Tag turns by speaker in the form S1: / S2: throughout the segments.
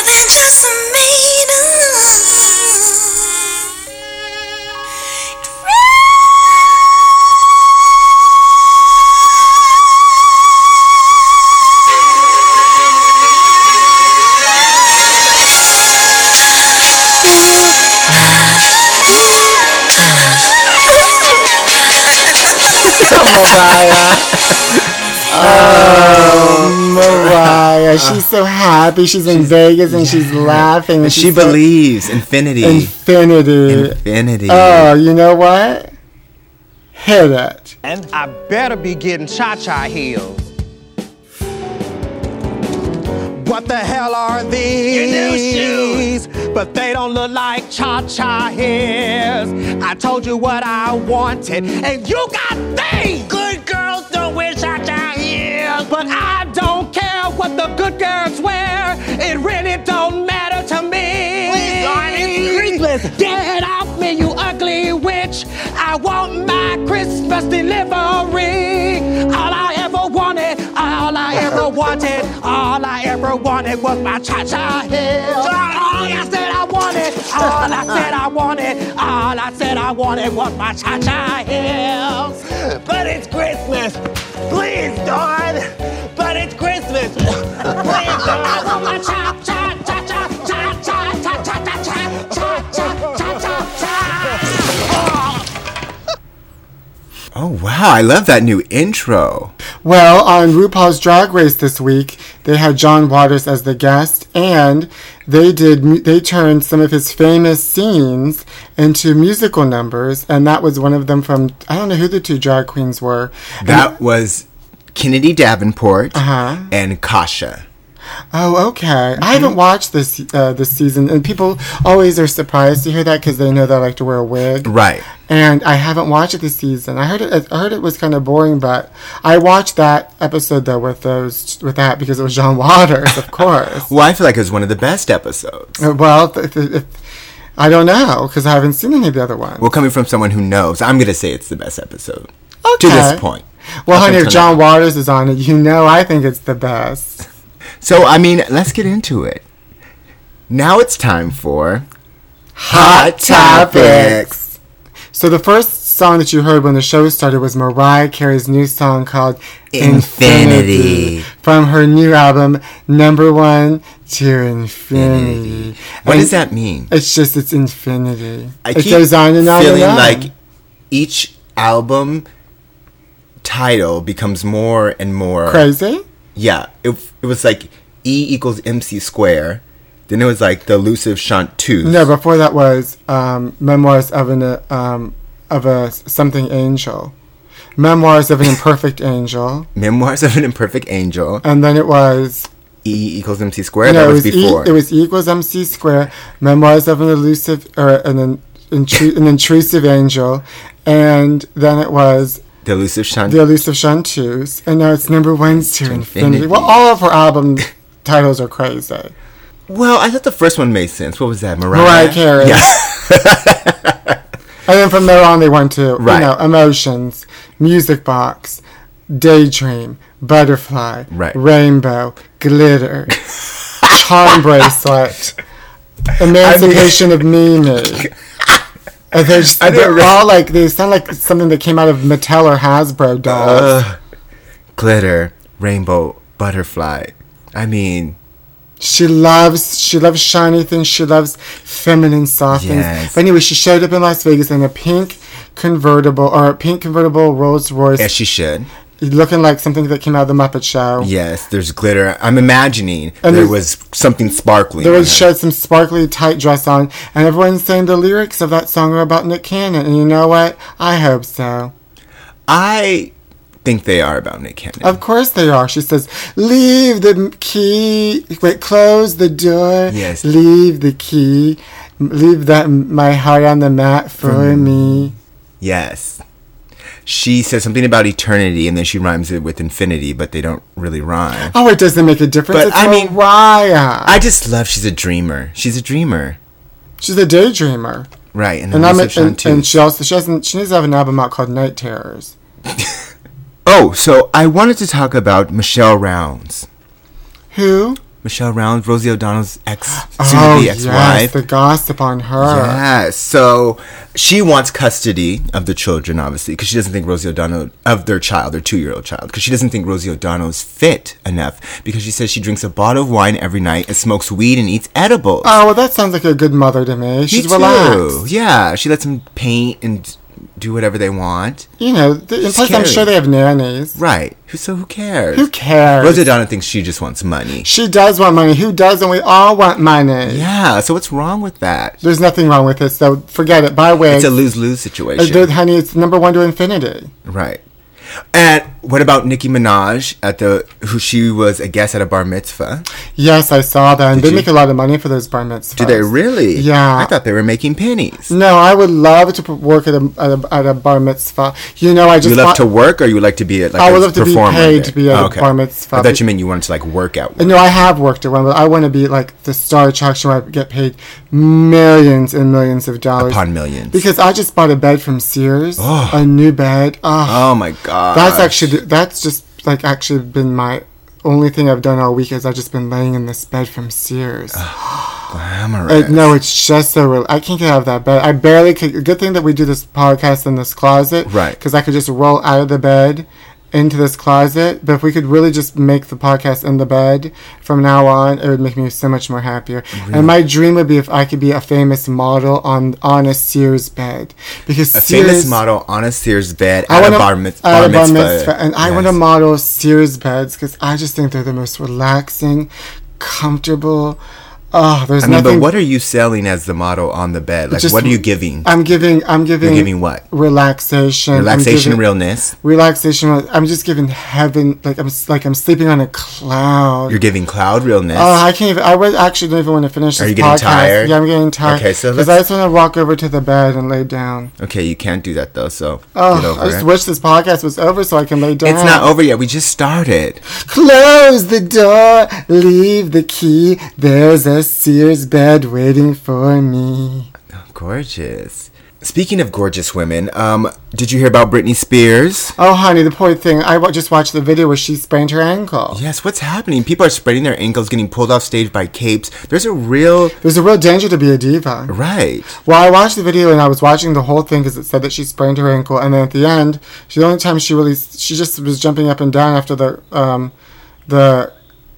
S1: for me to love. It
S2: Mariah. Oh, Mariah. She's so happy. She's in Vegas and she's laughing.
S3: And
S2: And
S3: she
S2: she's so-
S3: believes infinity. Uh,
S2: infinity.
S3: infinity.
S2: Oh, you know what? Hear that.
S4: And I better be getting cha-cha heels. What the hell are these? But they don't look like cha-cha heels. I told you what I wanted, and you got things. Good girls don't wear cha-cha heels. But I don't care what the good girls wear. It really don't matter to me. Get off me, you ugly witch. I want my Christmas delivery. All I ever wanted, all I ever wanted, all I ever wanted was my cha cha hill. All I said I wanted, all I said I wanted, all I said I wanted was my cha cha hills. But it's Christmas. Please, Dawn. But it's Christmas. Please, Dawn. I want my cha cha cha cha cha cha cha cha cha cha cha cha cha cha cha.
S3: Oh wow, I love that new intro.
S2: Well, on RuPaul's Drag Race this week, they had John Waters as the guest, and they did mu- they turned some of his famous scenes into musical numbers, and that was one of them from I don't know who the two drag queens were.
S3: That was Kennedy Davenport and Kasha.
S2: Oh, okay. I haven't watched this uh, this season, and people always are surprised to hear that because they know they like to wear a wig,
S3: Right.
S2: And I haven't watched it this season. I heard it. I heard it was kind of boring, but I watched that episode though with those with that because it was John Waters, of course.
S3: Well, I feel like it was one of the best episodes.
S2: Uh, Well, th- th- if, I don't know because I haven't seen any of the other ones.
S3: Well, coming from someone who knows, I'm gonna say it's the best episode to
S2: Okay.
S3: this point.
S2: Well,
S3: up
S2: honey, if
S3: until now.
S2: John Waters is on it, you know I think it's the best.
S3: So, I mean, let's get into it. Now it's time for Hot Topics.
S2: So the first song that you heard when the show started was Mariah Carey's new song called
S3: Infinity.
S2: from her new album Number One to Infinity.
S3: What
S2: And
S3: does that mean?
S2: It's just it's infinity.
S3: I
S2: it
S3: keep
S2: goes on and on
S3: feeling
S2: and on.
S3: like each album title becomes more and more
S2: crazy.
S3: Yeah, it, it was like E equals MC square. Then it was like the elusive chanteuse.
S2: No, before that was um, Memoirs of an uh, um, of a something angel, Memoirs of an imperfect angel,
S3: Memoirs of an Imperfect Angel.
S2: and then it was
S3: E equals MC square.
S2: no,
S3: that
S2: it
S3: was,
S2: was E,
S3: before.
S2: it was E equals MC square, Memoirs of an elusive or an an, intru- an intrusive angel, and then it was
S3: the elusive chanteuse.
S2: The Elusive Chanteuse, and now it's number one to infinity.
S3: infinity.
S2: Well, all of her album titles are crazy.
S3: well, I thought the first one made sense. What was that, Mariah?
S2: Mariah Carey.
S3: Yeah.
S2: And then from there on, they went to you
S3: Right.
S2: know emotions, music box, daydream, butterfly,
S3: Right.
S2: rainbow, glitter, charm bracelet, emancipation of Mimi. And they're, just,
S3: I
S2: they're
S3: didn't re-
S2: all like they sound like something that came out of Mattel or Hasbro dolls.
S3: Glitter, rainbow, butterfly. I mean,
S2: She loves she loves shiny things. She loves feminine soft things.
S3: Yes.
S2: But anyway, she showed up in Las Vegas in a pink convertible or a pink convertible Rolls Royce,
S3: as she should.
S2: looking like something that came out of the Muppet Show.
S3: Yes, there's glitter. I'm imagining
S2: And
S3: there
S2: there's-
S3: was something sparkling.
S2: There
S3: on
S2: was
S3: her.
S2: showed some sparkly tight dress on, and everyone's saying the lyrics of that song are about Nick Cannon. And you know what? I hope so.
S3: I think they are about Nick Cannon.
S2: Of course they are. She says, "Leave the key. Wait, close the door.
S3: Yes.
S2: Leave the key. Leave that my heart on the mat for
S3: Mm.
S2: me."
S3: Yes. She says something about eternity and then she rhymes it with infinity, but they don't really rhyme.
S2: Oh, it doesn't make a difference.
S3: But,
S2: it's
S3: I mean-
S2: Mariah.
S3: I just love she's a dreamer. She's a dreamer.
S2: she's a daydreamer,
S3: Right. And,
S2: and I'm
S3: Elisa
S2: and, and,
S3: Shantu.
S2: she also she hasn't she needs to have an album out called Night Terrors.
S3: Oh, so I wanted to talk about Michelle Rounds.
S2: Who?
S3: Michelle Rounds, Rosie O'Donnell's ex, soon
S2: oh,
S3: to be ex-wife.
S2: yes, the gossip on her.
S3: Yeah, so she wants custody of the children, obviously, because she doesn't think Rosie O'Donnell of their child, their two-year-old child, because she doesn't think Rosie O'Donnell's fit enough. Because she says she drinks a bottle of wine every night and smokes weed and eats edibles.
S2: Oh, well, that sounds like a good mother to me.
S3: Me
S2: She's
S3: too.
S2: relaxed.
S3: Yeah, she lets them paint and do whatever they want.
S2: You know, th- and
S3: She's
S2: plus, I'm
S3: caring.
S2: sure they have nannies.
S3: Right. Who- So who cares?
S2: Who cares?
S3: Rosie O'Donnell thinks she just wants money.
S2: She does want money. Who doesn't? We all want money.
S3: Yeah. So what's wrong with that?
S2: There's nothing wrong with it, so forget it. By way,
S3: It's a lose lose
S2: uh,
S3: situation.
S2: th- honey, it's number one to infinity.
S3: Right. And what about Nicki Minaj at the who she was a guest at a bar mitzvah?
S2: Yes, I saw that. And they
S3: you-
S2: make a lot of money for those bar mitzvahs.
S3: Do they really?
S2: Yeah.
S3: I thought they were making pennies.
S2: No, I would love to p- work at a, at a, at a bar mitzvah. You know, I just
S3: you love
S2: want-
S3: to work, or you like to be at like
S2: I
S3: a
S2: would love to be
S3: performer
S2: paid
S3: there? Oh,
S2: to be at a
S3: Okay.
S2: bar mitzvah.
S3: I thought you meant you wanted to like work out.
S2: No, I have worked at one, but I want to be like the star attraction where I get paid millions and millions of dollars.
S3: Upon millions.
S2: Because I just bought a bed from Sears, a new bed. Oh,
S3: Oh my god.
S2: that's actually that's just like actually been my only thing I've done all week is I've just been laying in this bed from Sears.
S3: glamorous.
S2: Uh, no, it's just so real. I can't get out of that bed. I barely could. Good thing that we do this podcast in this closet,
S3: Right.
S2: Because I could just roll out of the bed into this closet. But if we could really just make the podcast in the bed from now on, it would make me so much more happier. And my dream would be if I could be a famous model on on a Sears bed because
S3: a
S2: Sears,
S3: famous model on a Sears bed
S2: I
S3: at
S2: want
S3: a bar, mit-
S2: at
S3: bar
S2: a bar
S3: mitzvah.
S2: mitzvah, and I want to
S3: Yes.
S2: model Sears beds because I just think they're the most relaxing, comfortable. Oh, there's
S3: I mean,
S2: nothing
S3: but what are you selling as the model on the bed? Like,
S2: Just-
S3: what are you giving?
S2: I'm giving. I'm giving.
S3: giving what?
S2: Relaxation. I'm
S3: Relaxation,
S2: giving-
S3: realness.
S2: Relaxation. I'm just giving heaven. Like I'm. s- Like I'm sleeping on a cloud.
S3: You're giving cloud realness.
S2: Oh, I can't even. I would actually don't even want to finish this
S3: you getting
S2: podcast.
S3: tired?
S2: Yeah, I'm getting tired.
S3: Okay, so
S2: because I
S3: let's-
S2: just want to walk over to the bed and lay down.
S3: okay, you can't do that though. So get
S2: Oh,
S3: over
S2: I just
S3: it.
S2: wish this podcast was over so I can lay down.
S3: It's not over yet. We just started.
S2: Close the door. Leave the key. There's a Sears bed waiting for me.
S3: Gorgeous. Speaking of gorgeous women, um, did you hear about Britney Spears?
S2: Oh, honey, the poor thing. I wa- just watched the video where she sprained her ankle.
S3: Yes, what's happening? People are spreading their ankles, getting pulled off stage by capes. There's a real
S2: There's a real danger to be a diva.
S3: right.
S2: Well, I watched the video and I was watching the whole thing because it said that she sprained her ankle, and then at the end, she, the only time she really she just was jumping up and down after the um, the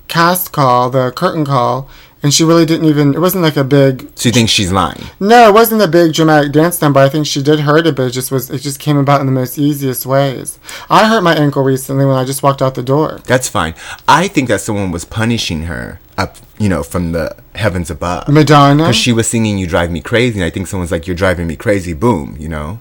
S2: cast call, the curtain call, and she really didn't even. It wasn't like a big
S3: So you think she's lying?
S2: no, it wasn't a big dramatic dance number. I think she did hurt it, but it just was. It just came about in the most easiest ways. I hurt my ankle recently when I just walked out the door.
S3: That's fine. I think that someone was punishing her up, you know, from the heavens above.
S2: Madonna,
S3: Because she was singing "You Drive Me Crazy," and I think someone's like, "You're driving me crazy." Boom, you know.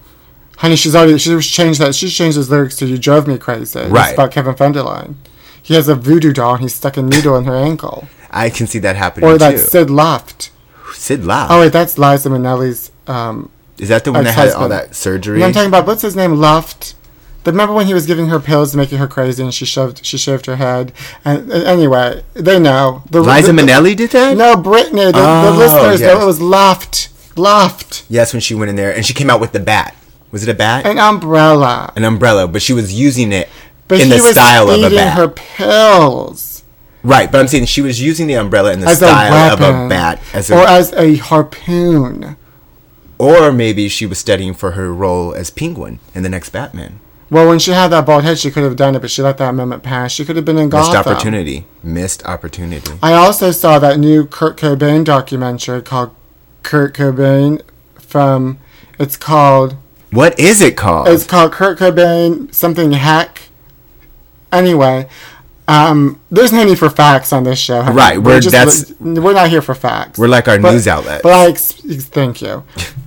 S2: honey, she's already she's changed that. She's changed those lyrics to "You drove me crazy."
S3: Right.
S2: It's about Kevin Federline. He has a voodoo doll and he's stuck a needle in her ankle.
S3: I can see that happening
S2: Or
S3: too.
S2: that Sid left.
S3: Sid Lau.
S2: Oh wait, that's Liza Minnelli's. Um,
S3: is that the one that had all
S2: ex-husband.
S3: that surgery?
S2: no, I'm talking about what's his name left. The- Remember when he was giving her pills, making her crazy, and she shoved she shaved her head. And uh, anyway, they know. The, the-
S3: Liza
S2: the-
S3: Minnelli did that.
S2: No, Brittany. The, the
S3: Oh,
S2: listeners know
S3: yes.
S2: it was left, left,
S3: Yes, when she went in there and she came out with the bat. Was it a bat?
S2: an umbrella.
S3: An umbrella, but she was using it
S2: But
S3: in
S2: he
S3: the
S2: was
S3: style of a
S2: eating
S3: bat.
S2: her pills
S3: right, but I'm saying she was using the umbrella in the
S2: as a
S3: style of
S2: weapon,
S3: a bat, as a,
S2: or
S3: or,
S2: as a harpoon.
S3: maybe she was studying for her role as Penguin in the next Batman.
S2: Well, when she had that bald head, she could have done it, but she let that moment pass. She could have been in
S3: Missed
S2: Gotham.
S3: opportunity. Missed opportunity.
S2: I also saw that new Kurt Cobain documentary called Kurt Cobain from it's called
S3: What is it called?
S2: it's called Kurt Cobain something hack. Anyway, um, there's no need for facts on this show. honey.
S3: Right, we're- that's-
S2: we're not here for facts.
S3: We're like our
S2: But-
S3: news outlets.
S2: But I ex- ex- thank you.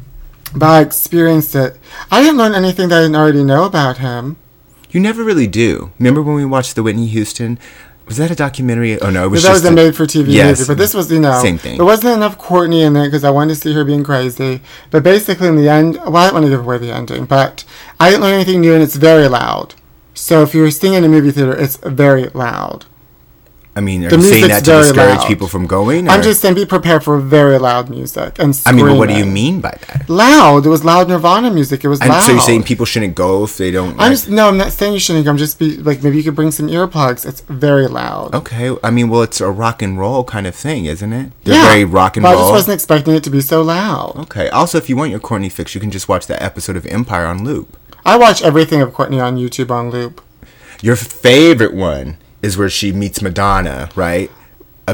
S2: but I experienced it. I didn't learn anything that I didn't already know about him.
S3: you never really do. Remember when we watched the Whitney Houston? Was that a documentary? Oh no, it was
S2: That
S3: just
S2: was a made for TV
S3: Yes.
S2: movie, but this was, you know,
S3: Same thing.
S2: There wasn't enough Courtney in there because I wanted to see her being crazy. But basically, in the end, well, I don't want to give away the ending, but I didn't learn anything new, and it's very loud. So if you're seeing it in a movie theater, it's very loud.
S3: I mean, are
S2: The
S3: you saying
S2: music's
S3: that to
S2: very
S3: discourage
S2: loud.
S3: people from going?
S2: I'm
S3: or-
S2: just saying, be prepared for very loud music and
S3: I
S2: screaming.
S3: mean, but what do you mean by that?
S2: Loud. It was loud Nirvana music. It was
S3: And
S2: loud.
S3: so you're saying people shouldn't go if they don't.
S2: I'm
S3: like-
S2: just no. I'm not saying you shouldn't. go. I'm just be like maybe you could bring some earplugs. It's very loud.
S3: okay. I mean, well, it's a rock and roll kind of thing, isn't it? They're
S2: Yeah,
S3: very rock and
S2: but I
S3: roll. Oh.
S2: just wasn't expecting it to be so loud.
S3: okay. Also, if you want your Courtney fix, you can just watch that episode of Empire on loop.
S2: I watch everything of Courtney on YouTube on loop.
S3: Your favorite one is where she meets Madonna, right?
S2: That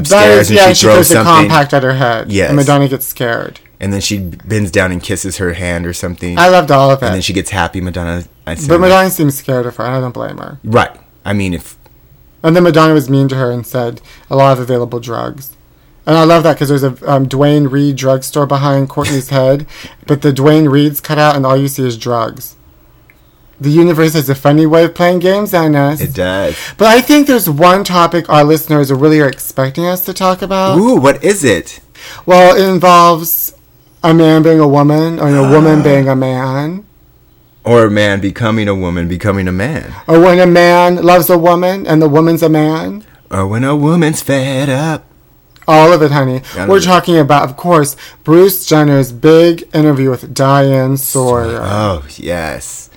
S2: is,
S3: Upstairs
S2: yeah,
S3: and she,
S2: she
S3: throws
S2: throws a
S3: something,
S2: compact at her head.
S3: Yes.
S2: And Madonna gets scared.
S3: and then she bends down and kisses her hand or something,
S2: I loved all of
S3: and then
S2: it.
S3: she gets happy. Madonna, I said,
S2: but Madonna seems scared of her, and I don't blame her.
S3: right? I mean, if
S2: And then Madonna was mean to her and said a lot of available drugs. And I love that because there's a um, Dwayne Reed drugstore behind Courtney's head, but the Dwayne Reed's cut out and all you see is drugs. The universe has a funny way of playing games on us.
S3: it does,
S2: But I think there's one topic our listeners are really are expecting us to talk about.
S3: ooh, what is it?
S2: Well, it involves a man being a woman, or a woman being a man,
S3: Or a man becoming a woman, becoming a man.
S2: or when a man loves a woman and the woman's a man.
S3: Or when a woman's fed up.
S2: All of it, honey.
S3: None
S2: We're
S3: of it.
S2: talking about, of course, Bruce Jenner's big interview with Diane Sawyer.
S3: Oh, yes.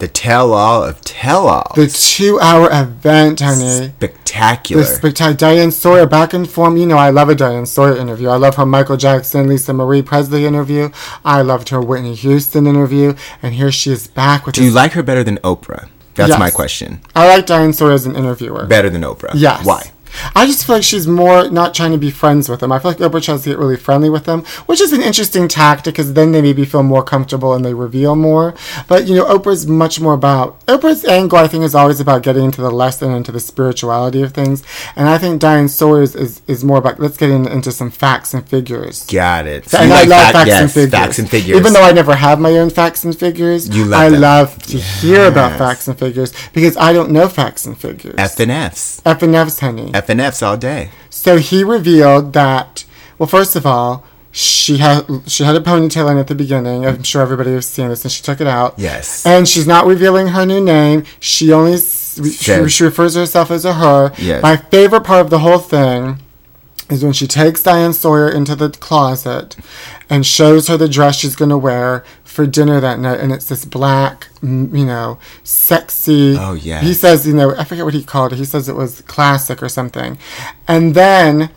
S3: The tell all of tell all.
S2: the two hour event, honey.
S3: Spectacular.
S2: The spectacular Diane Sawyer back in form. You know, I love a Diane Sawyer interview. I love her Michael Jackson, Lisa Marie Presley interview. I loved her Whitney Houston interview. And here she is back with
S3: Do you
S2: this-
S3: like her better than Oprah? That's
S2: Yes.
S3: my question.
S2: I like Diane Sawyer as an interviewer.
S3: Better than Oprah.
S2: Yes.
S3: Why?
S2: I just feel like she's more not trying to be friends with them. I feel like Oprah tries to get really friendly with them, which is an interesting tactic because then they maybe feel more comfortable and they reveal more. But you know, Oprah's much more about Oprah's angle. I think is always about getting into the lesson and to the spirituality of things, and I think Diane Sawyer's is, is more about let's get in, into some facts and figures.
S3: Got it. So
S2: And
S3: you
S2: I
S3: like
S2: love
S3: fact-
S2: facts and
S3: yes,
S2: figures.
S3: Facts and figures.
S2: Even though I never have my own facts and figures,
S3: You love
S2: I
S3: them.
S2: love to hear about
S3: Yes.
S2: facts and figures because I don't know facts and figures.
S3: F and F's.
S2: F and F's, honey.
S3: F and F's all day.
S2: So he revealed that. Well, first of all, she had she had a ponytail in at the beginning. I'm sure everybody has seen this, and she took it out.
S3: Yes.
S2: And she's not revealing her new name. She only s- she,
S3: Says-
S2: she refers to herself as a her.
S3: Yes.
S2: My favorite part of the whole thing is when she takes Diane Sawyer into the closet and shows her the dress she's going to wear for dinner that night. And it's this black, m- you know, sexy.
S3: Oh, yes.
S2: He says, you know, I forget what he called it. He says it was classic or something. And then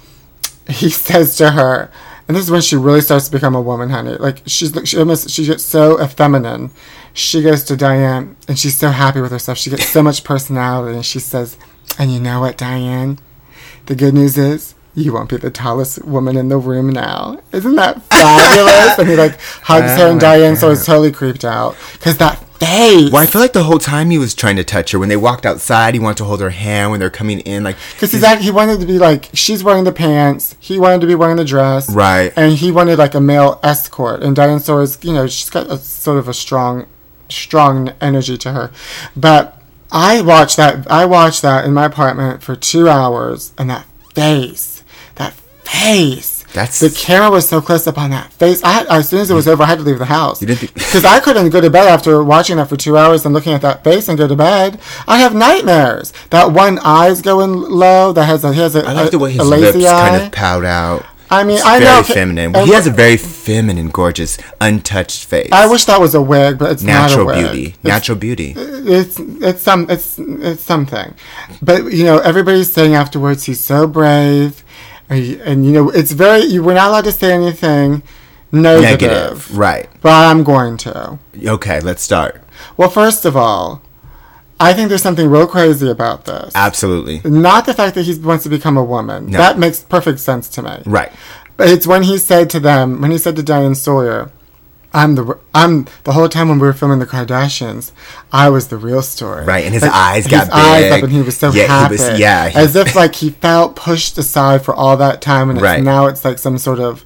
S2: he says to her, and this is when she really starts to become a woman, honey. Like she's she almost she gets so effeminate. She goes to Diane, and she's so happy with herself. She gets so much personality, and she says, "And you know what, Diane? The good news is." You won't be the tallest woman in the room now. Isn't that fabulous? and he like hugs her and Diane, so is totally creeped out because that face.
S3: Well, I feel like the whole time he was trying to touch her. When they walked outside, he wanted to hold her hand. When they're coming in, like
S2: Because he's act- he wanted to be like she's wearing the pants, he wanted to be wearing the dress,
S3: Right.
S2: And he wanted like a male escort. And Diane Sawyer's, you know, she's got a sort of a strong, strong energy to her. But I watched that. I watched that in my apartment for two hours, and that face, that face.
S3: That's-
S2: the camera was so close up on that face. I had, as soon as it was over, I had to leave the house
S3: You didn't think-
S2: because I couldn't go to bed after watching that for two hours and looking at that face and go to bed. I have nightmares. That one eye's going low. That has a he has a,
S3: I like the way
S2: a
S3: his
S2: lazy
S3: lips
S2: eye.
S3: kind of pout out.
S2: I mean,
S3: It's
S2: I
S3: very
S2: know, okay,
S3: feminine.
S2: and-
S3: he has a very feminine, gorgeous, untouched face.
S2: I wish that was a wig, but it's
S3: natural
S2: not a wig.
S3: beauty.
S2: It's-
S3: Natural beauty.
S2: it's it's some it's it's something, but you know everybody's saying afterwards he's so brave, and, you- and, you know it's very you, we're not allowed to say anything negative,
S3: Negative. Right.
S2: But I'm going to.
S3: Okay, let's start.
S2: Well, first of all, I think there's something real crazy about this.
S3: Absolutely.
S2: Not the fact that he wants to become a woman.
S3: No.
S2: That makes perfect sense to me.
S3: Right.
S2: But it's when he said to them, when he said to Diane Sawyer, I'm the I'm the whole time when we were filming the Kardashians, I was the real story.
S3: Right, and his
S2: Like,
S3: eyes got big.
S2: and he was so
S3: Yeah, he
S2: happy.
S3: was- yeah, he-
S2: as if like he felt pushed aside for all that time, and it's,
S3: Right.
S2: now it's like some sort of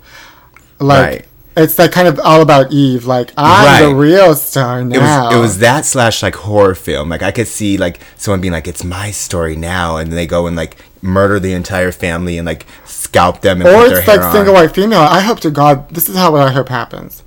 S2: like
S3: Right.
S2: it's like kind of all about Eve. Like I'm the
S3: Right.
S2: real star
S3: It
S2: now.
S3: was, it was that slash like horror film. Like I could see like someone being like, "It's my story now," and they go and like murder the entire family and like scalp them and
S2: or
S3: put their
S2: it's like
S3: hair
S2: single
S3: on.
S2: white female. I hope to God this is how what I hope happens.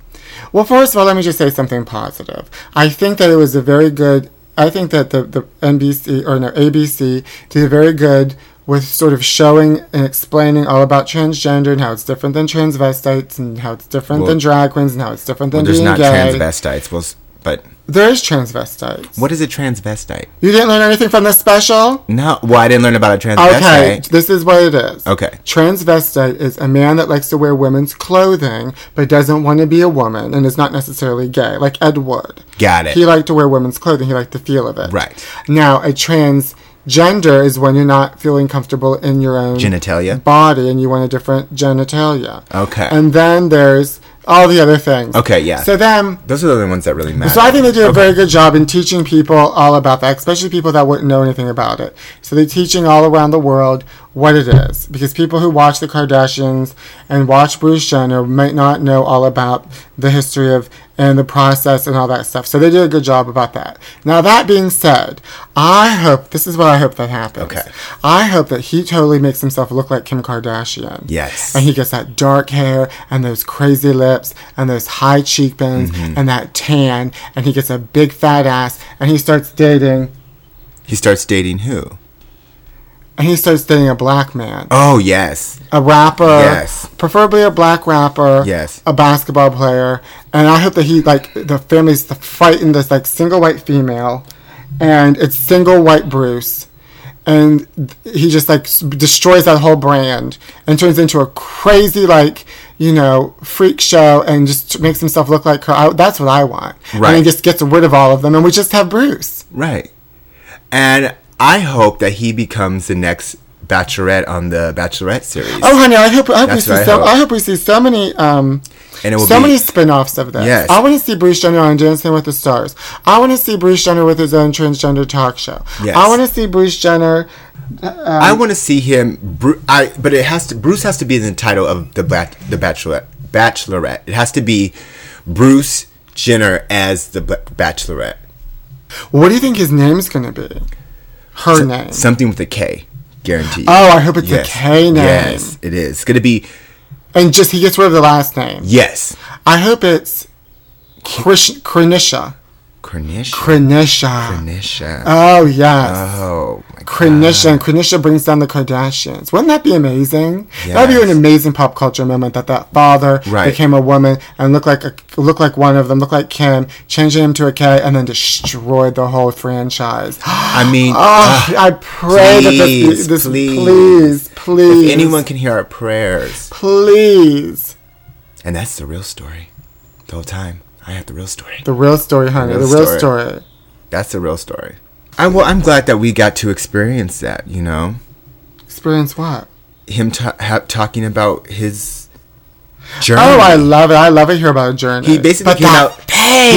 S2: Well, first of all, let me just say something positive. I think that it was a very good. I think that the the NBC or no ABC did a very good with sort of showing and explaining all about transgender and how it's different than transvestites and how it's different
S3: Well-
S2: than drag queens and how it's different than
S3: There's
S2: being
S3: not
S2: gay.
S3: transvestites. Well, s- but
S2: there is transvestites.
S3: what is a transvestite?
S2: You didn't learn anything from this special?
S3: No, well, I didn't learn about a
S2: Okay,
S3: transvestite.
S2: this is what it is.
S3: Okay.
S2: Transvestite is a man that likes to wear women's clothing but doesn't want to be a woman and is not necessarily gay, like Ed Wood.
S3: Got it.
S2: He liked to wear women's clothing, he liked the feel of it.
S3: Right.
S2: Now, a transgender is when you're not feeling comfortable in your own
S3: Genitalia?
S2: body and you want a different genitalia.
S3: Okay.
S2: And then there's all the other things.
S3: Okay, yeah.
S2: So then
S3: Those are the only ones that really matter.
S2: so I think they did a very good job in teaching people all about that, especially people that wouldn't know anything about it. So they're teaching all around the world what it is, because people who watch the Kardashians and watch Bruce Jenner might not know all about the history of and the process and all that stuff. So they did a good job about that. Now that being said, I hope this is what I hope that happens.
S3: Okay.
S2: I hope that he totally makes himself look like Kim Kardashian.
S3: Yes.
S2: And he gets that dark hair and those crazy lips and those high cheekbones and that tan and he gets a big fat ass and he starts dating
S3: He starts dating who?
S2: and he starts dating a black man.
S3: Oh, yes.
S2: a rapper.
S3: Yes.
S2: Preferably a black rapper.
S3: Yes.
S2: A basketball player. And I hope that he like the family's fighting this like single white female and it's single white Bruce. And he just like s- destroys that whole brand and turns into a crazy like you know freak show and just makes himself look like her. I, that's what I want. And he
S3: Right.
S2: just gets rid of all of them and we just have Bruce.
S3: Right. And I hope that he becomes the next Bachelorette on the Bachelorette series.
S2: Oh honey, I hope I hope we
S3: That's
S2: see
S3: what I
S2: so
S3: hope.
S2: I hope we see so many um
S3: and it will
S2: so
S3: be
S2: many spin-offs of this.
S3: Yes.
S2: I want to see Bruce Jenner on Dancing with the Stars. I want to see Bruce Jenner with his own transgender talk show.
S3: Yes.
S2: I want to see Bruce Jenner.
S3: I want to see him. Bru- I but it has to. Bruce has to be in the title of the bat, the Bachelorette. Bachelorette. It has to be Bruce Jenner as the ba- Bachelorette.
S2: What do you think his name's going to be? Her
S3: So-
S2: name.
S3: Something with a K, guaranteed.
S2: Oh, I hope it's a K name.
S3: Yes, it is. It's gonna be
S2: and just he gets rid of the last name.
S3: yes.
S2: I hope it's Krish, Krenisha.
S3: Cornish.
S2: Krenisha.
S3: Cornisha.
S2: Oh, yes.
S3: oh my God.
S2: Krenisha. And Krenisha brings down the Kardashians. Wouldn't that be amazing? That'd be
S3: Yes.
S2: an amazing pop culture moment that that father
S3: Right.
S2: became a woman and looked like a, looked like one of them, looked like Kim, changed him to a K, and then destroyed the whole franchise.
S3: I mean,
S2: Oh, I pray that this,
S3: Ah, please,
S2: this
S3: please.
S2: please, please,
S3: if anyone can hear our prayers,
S2: please.
S3: and that's the real story, the whole time. I have the real story.
S2: The real story, honey. The
S3: Real
S2: real, story.
S3: story. That's the real story. I well, I'm glad that we got to experience that. You know,
S2: Experience what?
S3: him ta- ha- talking about his journey.
S2: Oh, I love it. I love it here about a journey.
S3: he basically
S2: But
S3: came
S2: that
S3: out.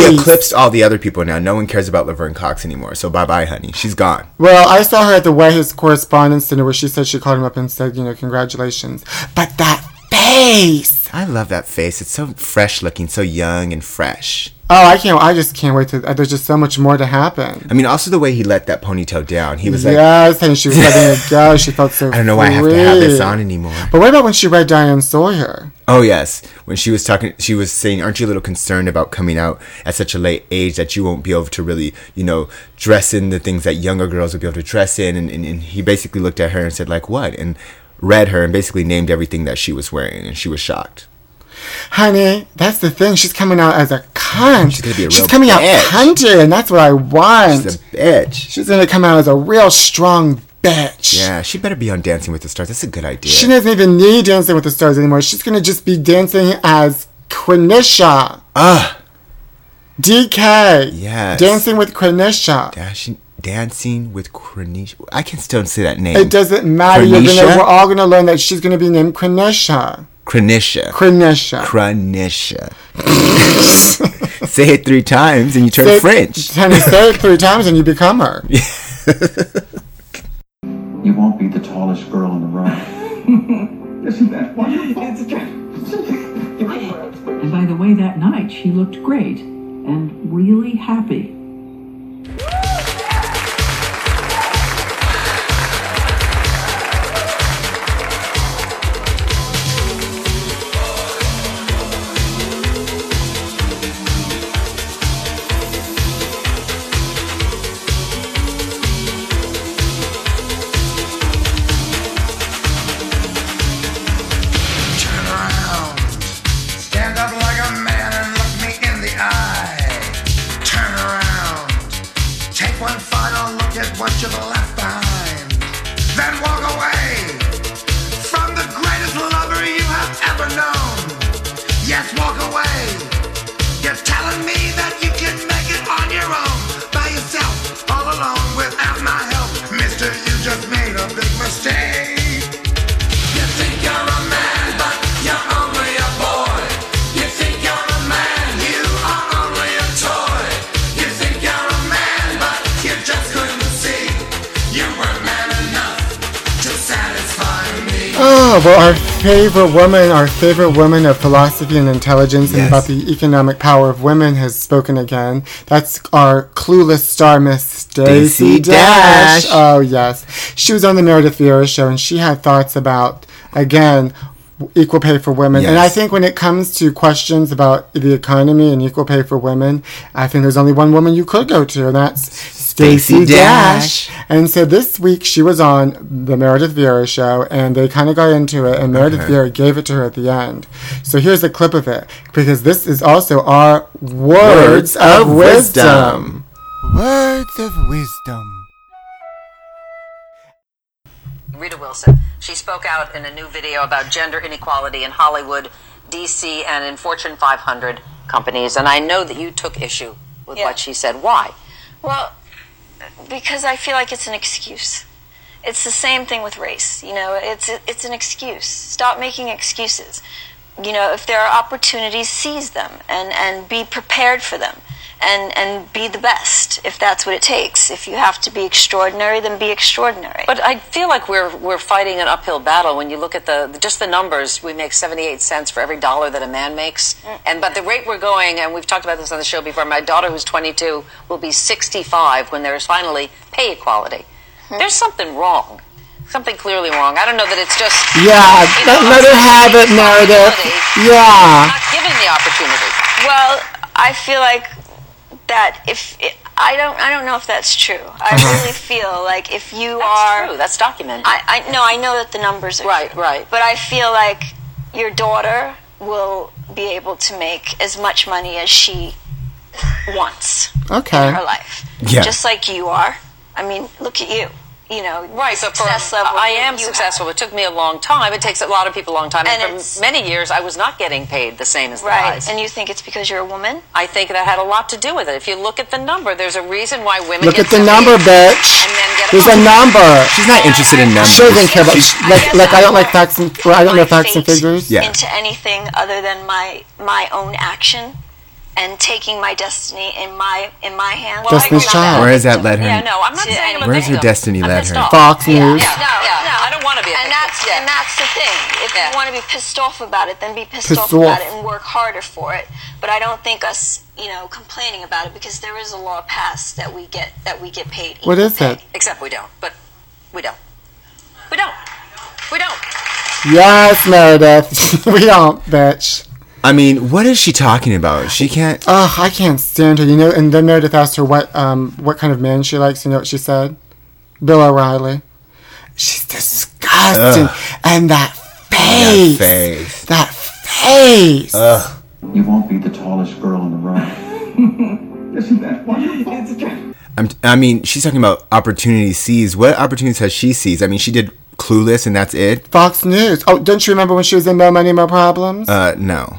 S3: He
S2: pace.
S3: eclipsed all the other people now. No one cares about Laverne Cox anymore. So bye bye, honey. She's gone.
S2: Well, I saw her at the White House Correspondence Dinner where she said she called him up and said, you know, congratulations. But that face.
S3: I love that face. It's so fresh looking, so young and fresh.
S2: Oh, I can't. I just can't wait to. uh, There's just so much more to happen.
S3: I mean, also the way he let that ponytail down. He was like,
S2: yes, and she was letting it go. She felt so.
S3: I don't know why I have to have this
S2: free.
S3: on anymore.
S2: But what about when she read Diane Sawyer?
S3: Oh yes, when she was talking, she was saying, "Aren't you a little concerned about coming out at such a late age that you won't be able to really, you know, dress in the things that younger girls would be able to dress in?" And, and, and he basically looked at her and said, "Like what?" and read her and basically named everything that she was wearing, and she was shocked.
S2: Honey, that's the thing. She's coming out as a cunt. She's
S3: gonna be a
S2: She's
S3: real
S2: coming
S3: bitch.
S2: out cunted, and that's what I want.
S3: She's a bitch.
S2: She's gonna come out as a real strong bitch.
S3: Yeah, she better be on Dancing with the Stars. That's a good idea.
S2: She doesn't even need Dancing with the Stars anymore. She's gonna just be dancing as Krenisha.
S3: Ah,
S2: DK.
S3: Yes.
S2: Dancing with Krenisha.
S3: yeah, she dancing with Krenisha. I can still say that name.
S2: It doesn't matter. You're
S3: Krenisha?
S2: gonna, we're all gonna learn that she's gonna be named Krenisha.
S3: Krenisha.
S2: Krenisha.
S3: Krenisha. say it three times, and you turn
S2: Say-
S3: French.
S2: Honey, say it three times and you become her.
S5: You won't be the tallest girl in the room. Isn't that wonderful?
S6: It's true. and by the way, that night she looked great and really happy.
S2: Oh, well, our favorite woman, our favorite woman of philosophy and intelligence and
S3: Yes.
S2: about the economic power of women has spoken again. That's our clueless star, Miss Stacy
S3: Stacey
S2: Dash.
S3: Dash.
S2: Oh, yes. She was on the Meredith Vieira show and she had thoughts about, again, equal pay for women. And I
S3: Yes.
S2: think when it comes to questions about the economy and equal pay for women, I think there's only one woman you could go to, and that's Stacy
S3: Stacey
S2: Dash.
S3: Dash.
S2: And so this week she was on the Meredith Vieira show, and they kind of got into it, and Meredith
S3: Okay.
S2: Vieira gave it to her at the end. So here's a clip of it, because this is also our words,
S3: Words
S2: of,
S3: of
S2: wisdom.
S3: Words of wisdom.
S7: Rita Wilson. She spoke out in a new video about gender inequality in Hollywood, D.C., and in Fortune 500 companies. And I know that you took issue with
S8: Yeah.
S7: what she said. Why?
S8: Well, because I feel like it's an excuse. It's the same thing with race, you know. It's it's an excuse. Stop making excuses. You know, if there are opportunities, seize them and and be prepared for them. And, and be the best if that's what it takes. If you have to be extraordinary, then be extraordinary.
S7: But I feel like we're we're fighting an uphill battle when you look at the just the numbers. We make 78 cents for every dollar that a man makes. And but the rate we're going and we've talked about this on the show before, my daughter who's 22 will be 65 when there is finally pay equality. There's something wrong. Something clearly wrong. I don't know that it's just
S2: Yeah,
S7: you
S2: let,
S7: know,
S2: let her have it, Meredith.
S7: equality,
S2: Yeah.
S7: Not given the opportunity.
S8: Well, I feel like that if it, I don't I don't know if that's true. I really feel like if you
S7: That's
S8: are
S7: true. That's documented.
S8: I, I no, I know that the numbers are
S7: Right,
S8: true.
S7: right.
S8: But I feel like your daughter will be able to make as much money as she wants
S2: Okay.
S8: in her life.
S3: Yeah.
S8: Just like you are. I mean, look at you. You know,
S7: Right, but for,
S8: success level.
S7: I
S8: you-
S7: am
S8: you
S7: successful. It took me a long time. It takes a lot of people a long time.
S8: And
S7: And,
S8: it's-
S7: for many years, I was not getting paid the same as
S8: have. Right.
S7: the guys.
S8: And you think it's because you're a woman?
S7: I think that had a lot to do with it. If you look at the number, there's a reason why women
S2: Look
S7: get
S2: at the
S7: so
S2: number,
S7: paid.
S2: bitch.
S7: And then get
S2: There's a number.
S3: She's not interested in numbers.
S2: She doesn't care about.
S3: She's-
S2: Like, like I don't like facts and well, I don't know
S8: my
S2: facts and
S8: fate
S2: figures.
S3: Yeah.
S8: Into anything other than my my own action and taking my destiny in my in my hands.
S7: Well, I agree
S2: Destiny's
S7: with
S2: Child.
S3: Where has that led her?
S7: Yeah, no, I'm not
S8: To
S7: saying I'm a
S8: anyone.
S3: Where's her
S7: victim.
S3: destiny
S7: I'm
S3: led
S7: pissed
S3: her?
S7: off.
S2: Fox News.
S7: Yeah, no,
S8: Yeah.
S7: yeah. I don't want to be a
S8: and
S7: victim.
S8: that's
S7: yeah.
S8: and that's the thing. If
S7: Yeah.
S8: you want to be pissed off about it, then be pissed,
S2: Pissed
S8: off, about
S2: off.
S8: it and work harder for it. But I don't think us, you know, complaining about it because there is a law passed that we get that we get paid.
S2: What
S8: equal
S2: is it?
S8: pay.
S7: Except we don't. But we don't. We don't. We don't.
S2: Yes, Meredith. we don't, bitch.
S3: I mean, what is she talking about? She can't.
S2: Ugh, I can't stand her. You know. And then Meredith asked her what um what kind of man she likes. You know what she said? Bill O'Reilly. She's disgusting. And that face.
S3: face.
S2: That face.
S5: You won't be the tallest girl in the room. Isn't that wonderful?
S3: I'm, I mean, she's talking about opportunity sees. What opportunities has she sees? I mean, she did Clueless, and that's it.
S2: Fox News. Oh, don't you remember when she was in Mo Money Mo Problems?
S3: Uh, no,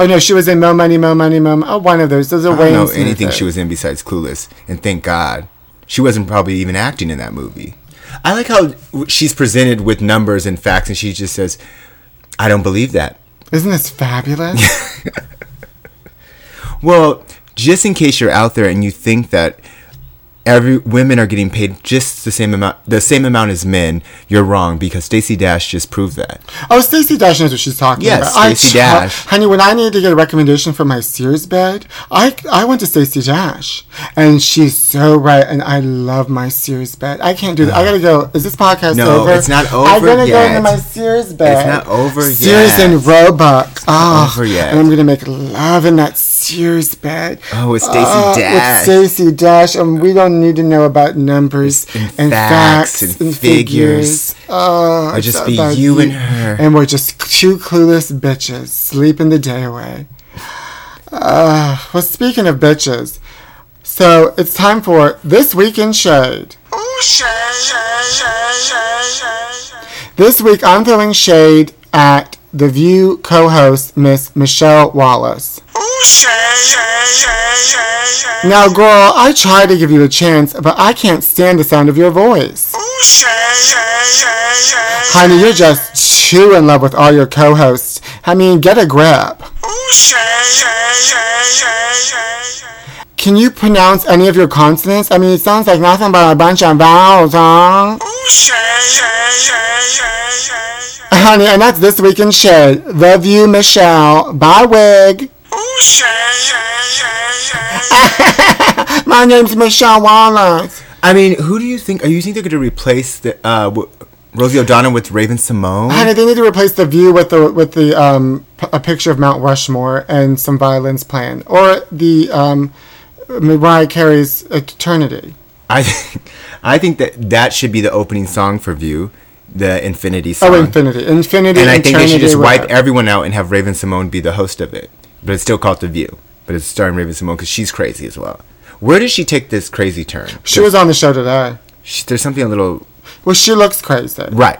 S2: oh no, she was in Mo Money Mo Money Mo. Oh, one of those. Those are
S3: I don't
S2: Wayne's.
S3: know anything
S2: movies.
S3: she was in besides Clueless, and thank God she wasn't probably even acting in that movie. I like how w- she's presented with numbers and facts, and she just says, "I don't believe that."
S2: Isn't this fabulous?
S3: Well, just in case you're out there and you think that every women are getting paid just the same amount the same amount as men, you're wrong because Stacey Dash just proved that.
S2: Oh, Stacey Dash knows what she's talking
S3: Yes,
S2: about. I
S3: Stacey
S2: tr-
S3: Dash.
S2: Honey, when I needed to get a recommendation for my Sears bed, I I went to Stacey Dash, and she's so right. And I love my Sears bed. I can't do that. I gotta go. Is this podcast
S3: No,
S2: over?
S3: it's not
S2: I
S3: over
S2: gotta go
S3: yet.
S2: into my Sears bed.
S3: not over
S2: Sears
S3: yet.
S2: and Roebuck. Oh,
S3: over yet.
S2: And I'm gonna make love in that Sears bed.
S3: Oh, it's Stacey
S2: Uh,
S3: Dash.
S2: With Stacey Dash, and we don't need to know about numbers and,
S3: And
S2: facts,
S3: facts and figures.
S2: Oh,
S3: Or just
S2: it's
S3: be
S2: about
S3: you and her.
S2: and we're just two clueless bitches sleeping the day away. Uh, well, speaking of bitches, so it's time for This Week in Shade. This week, I'm throwing shade at the View co host, Miss Michelle Wallace. Now, girl, I tried to give you a chance, but I can't stand the sound of your voice. Honey, you're just too in love with all your co hosts. I mean, get a grip. Can you pronounce any of your consonants? I mean, it sounds like nothing but a bunch of vowels, huh? honey, and that's this week in shade. Love you, Michelle. Bye, wig.
S1: Ooh, shade.
S2: My name's Michelle Wallace.
S3: I mean, who do you think? Are you think they're going to replace the uh, w- Rosie O'Donnell with Raven Simone?
S2: Honey, they need to replace the view with the with the um p- a picture of Mount Rushmore and some violins playing, or the um Mariah Carey's Eternity.
S3: I think, I think that that should be the opening song for View, the Infinity song.
S2: Oh, Infinity, Infinity,
S3: And I think they should
S2: Eternity,
S3: just wipe
S2: whatever.
S3: everyone out and have Raven Simone be the host of it. But it's still called The View. But it's starring Raven Simone because she's crazy as well. Where did she take this crazy turn?
S2: She was on the show today.
S3: She, there's something a little
S2: Well, she looks crazy.
S3: right.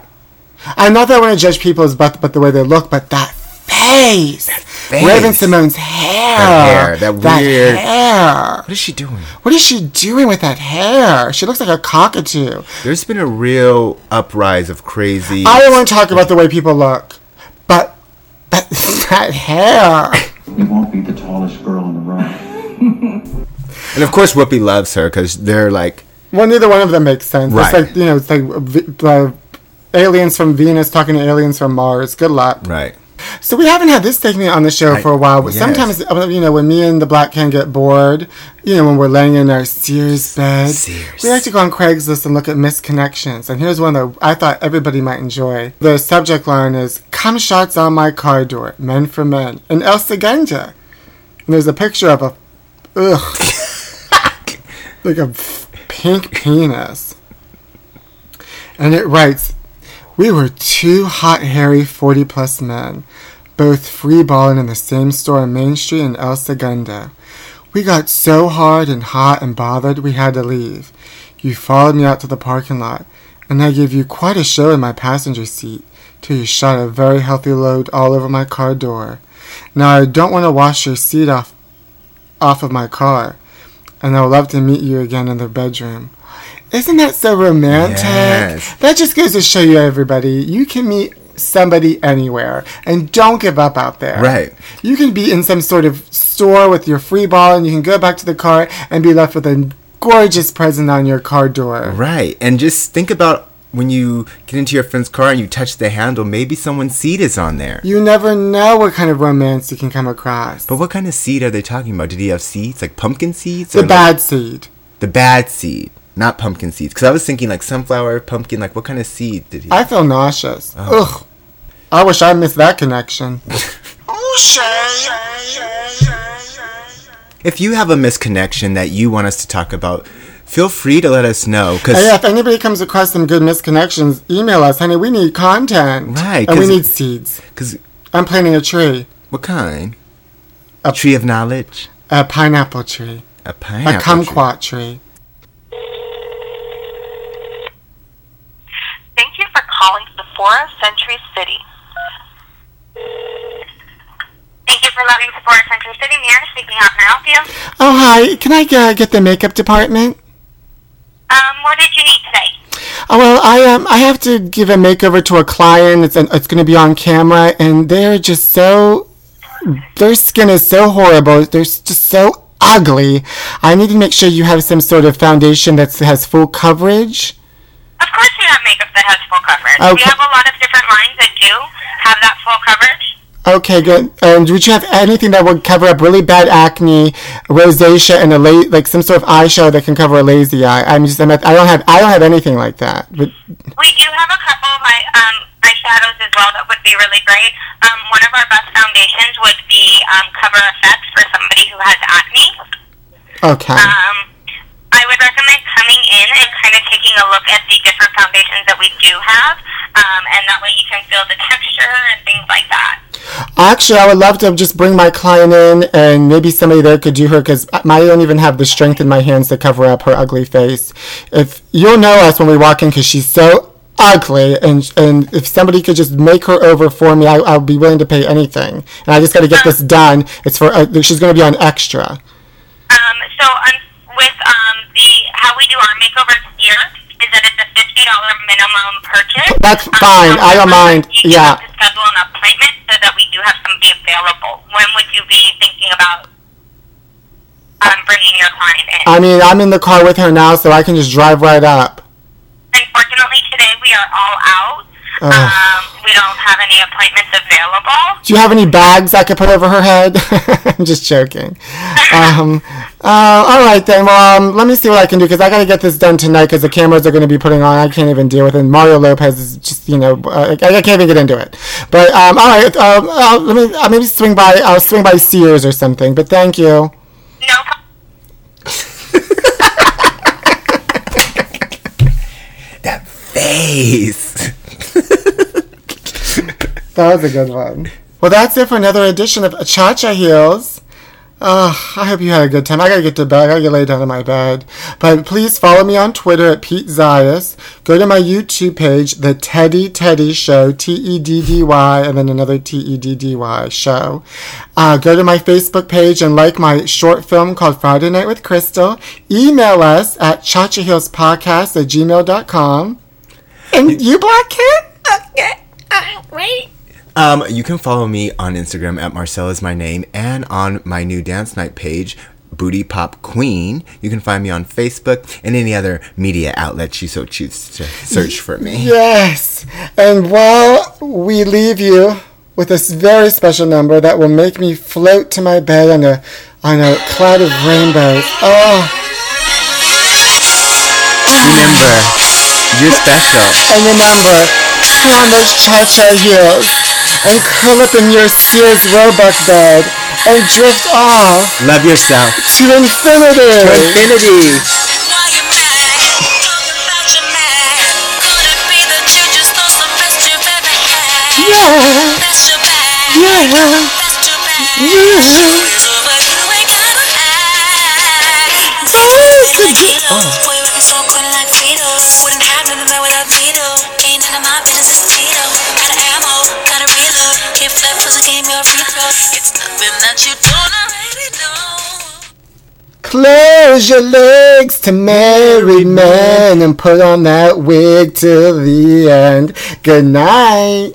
S2: I'm not that I want to judge people's but but the way they look, but that face,
S3: face.
S2: Raven Simone's hair,
S3: That hair, that weird-
S2: hair.
S3: What is she doing?
S2: What is she doing with that hair? She looks like a cockatoo.
S3: There's been a real uprise of crazy.
S2: I don't want to talk about the way people look, but but that hair.
S5: You won't be the tallest girl in the room.
S3: and of course, Whoopi loves her because they're like
S2: Well, neither one of them makes sense.
S3: Right.
S2: It's like you know, it's like uh, v- the aliens from Venus talking to aliens from Mars. Good luck.
S3: right.
S2: So we haven't had this segment on the show
S3: I-
S2: for a while. But
S3: yes.
S2: Sometimes, uh, you know, when me and the black can get bored, you know, when we're laying in our Sears bed,
S3: Sears.
S2: we like to go on Craigslist and look at missed connections. And here's one that I thought everybody might enjoy. The subject line is "Come shots on my car door, men for men," and El Segundo. And there's a picture of a, ugh, like a pink penis. And it writes, We were two hot, hairy 40 plus men, both free balling in the same store on Main Street in El Segundo. We got so hard and hot and bothered we had to leave. You followed me out to the parking lot, and I gave you quite a show in my passenger seat till you shot a very healthy load all over my car door. Now I don't want to wash your seat off off of my car, and I would love to meet you again in the bedroom. Isn't that so romantic?
S3: Yes.
S2: That just goes to show you, everybody, you can meet somebody anywhere, and don't give up out there.
S3: Right.
S2: You can be in some sort of store with your free ball, and you can go back to the car and be left with a gorgeous present on your car door.
S3: Right. And just think about when you get into your friend's car and you touch the handle, maybe someone's seed is on there.
S2: You never know what kind of romance you can come across.
S3: But what kind of seed are they talking about? Did he have seeds? Like pumpkin seeds?
S2: the
S3: like-
S2: bad seed.
S3: the bad seed, not pumpkin seeds. Because I was thinking like sunflower, pumpkin, like what kind of seed did he
S2: I feel nauseous.
S3: Oh.
S2: Ugh. I wish I missed that connection.
S1: Ooh, shade.
S3: If you have a misconnection that you want us to talk about, feel free to let us know. Because
S2: And yeah, if anybody comes across some good misconnections, email us, honey. We need content.
S3: Right,
S2: And we
S3: 'cause-
S2: need seeds. I'm planting a tree,
S3: what kind? A tree of knowledge?
S2: a pineapple tree,
S3: A pineapple.
S2: a
S3: tree.
S2: kumquat tree.
S9: Thank you for calling Sephora Century City. Thank you for loving Sephora Century City. Mira speaking. How can I help you?
S2: Oh, hi. Can I uh, get the makeup department?
S9: Um, what did you need today?
S2: Oh, well, I um, I have to give a makeover to a client. It's an, it's going to be on camera, and they're just so their skin is so horrible. They're s- just so ugly. I need to make sure you have some sort of foundation that has full coverage.
S9: Of course, we have makeup that has full coverage. We
S2: Okay.
S9: have a lot of different lines that do have that full coverage.
S2: Okay, good. And would you have anything that would cover up really bad acne, rosacea, and a la- like some sort of eyeshadow that can cover a lazy eye? I'm just I'm at, I don't have I don't have anything like that. But
S9: We do have a couple of eye, um, eyeshadows as well that would be really great. Um, one of our best foundations would be um, Cover Effects for somebody who has acne.
S2: okay.
S9: Um, I would recommend coming in and kind of taking a look at the different foundations that we do have, um, and that way you can feel the texture and things like that.
S2: Actually, I would love to just bring my client in, and maybe somebody there could do her because I I don't even have the strength in my hands to cover up her ugly face. If you'll know us when we walk in, because she's so ugly, and and if somebody could just make her over for me, I, I'll be willing to pay anything. And I just got to get this done. It's for uh, she's going to be on extra.
S9: Um, so um, with um, the how we do our makeovers here is that it's a fifty dollar minimum purchase.
S2: That's
S9: Um,
S2: fine. I don't mind.
S9: You do
S2: Yeah.
S9: have to schedule an appointment so that we do have somebody available. When would you be thinking about um, bringing your client in?
S2: I mean, I'm in the car with her now, so I can just drive right up.
S9: Unfortunately, today we are all out.
S2: Uh.
S9: Um, we don't have any appointments available.
S2: Do you have any bags I could put over her head? I'm just joking. Um, uh, all right then. Well, um, let me see what I can do because I got to get this done tonight because the cameras are going to be putting on. I can't even deal with it. Mario Lopez is just you know uh, I, I can't even get into it. But um, all right, um, uh, let me uh, maybe swing by. I'll swing by Sears or something. But thank you.
S9: No problem.
S3: That face.
S2: That was a good one. Well, that's it for another edition of Cha Cha Heels. Ugh, I hope you had a good time. I gotta get to bed. I gotta get laid down in my bed. But please follow me on Twitter at Pete Zayas. Go to my YouTube page, The Teddy Teddy Show, T E D D Y, and then another T E D D Y show. Uh, go to my Facebook page and like my short film called Friday Night with Crystal. Email us at chachaheelspodcast at gmail.com. And you, Black Cat?
S8: Uh, wait.
S3: Um, you can follow me on Instagram at Marcel is my name and on my new dance night page, Booty Pop Queen. You can find me on Facebook and any other media outlets you so choose to search for me.
S2: Yes. And while we leave you with this very special number that will make me float to my bed on a on a cloud of rainbows. Oh,
S3: Remember, you're special.
S2: and remember, put on those cha-cha heels and curl up in your Sears Roebuck bed and drift off
S3: Love yourself.
S2: to infinity.
S3: Infinity.
S2: Yeah, yeah, yeah.
S1: You don't already know.
S2: Close your legs to married men and put on that wig till the end. Good night.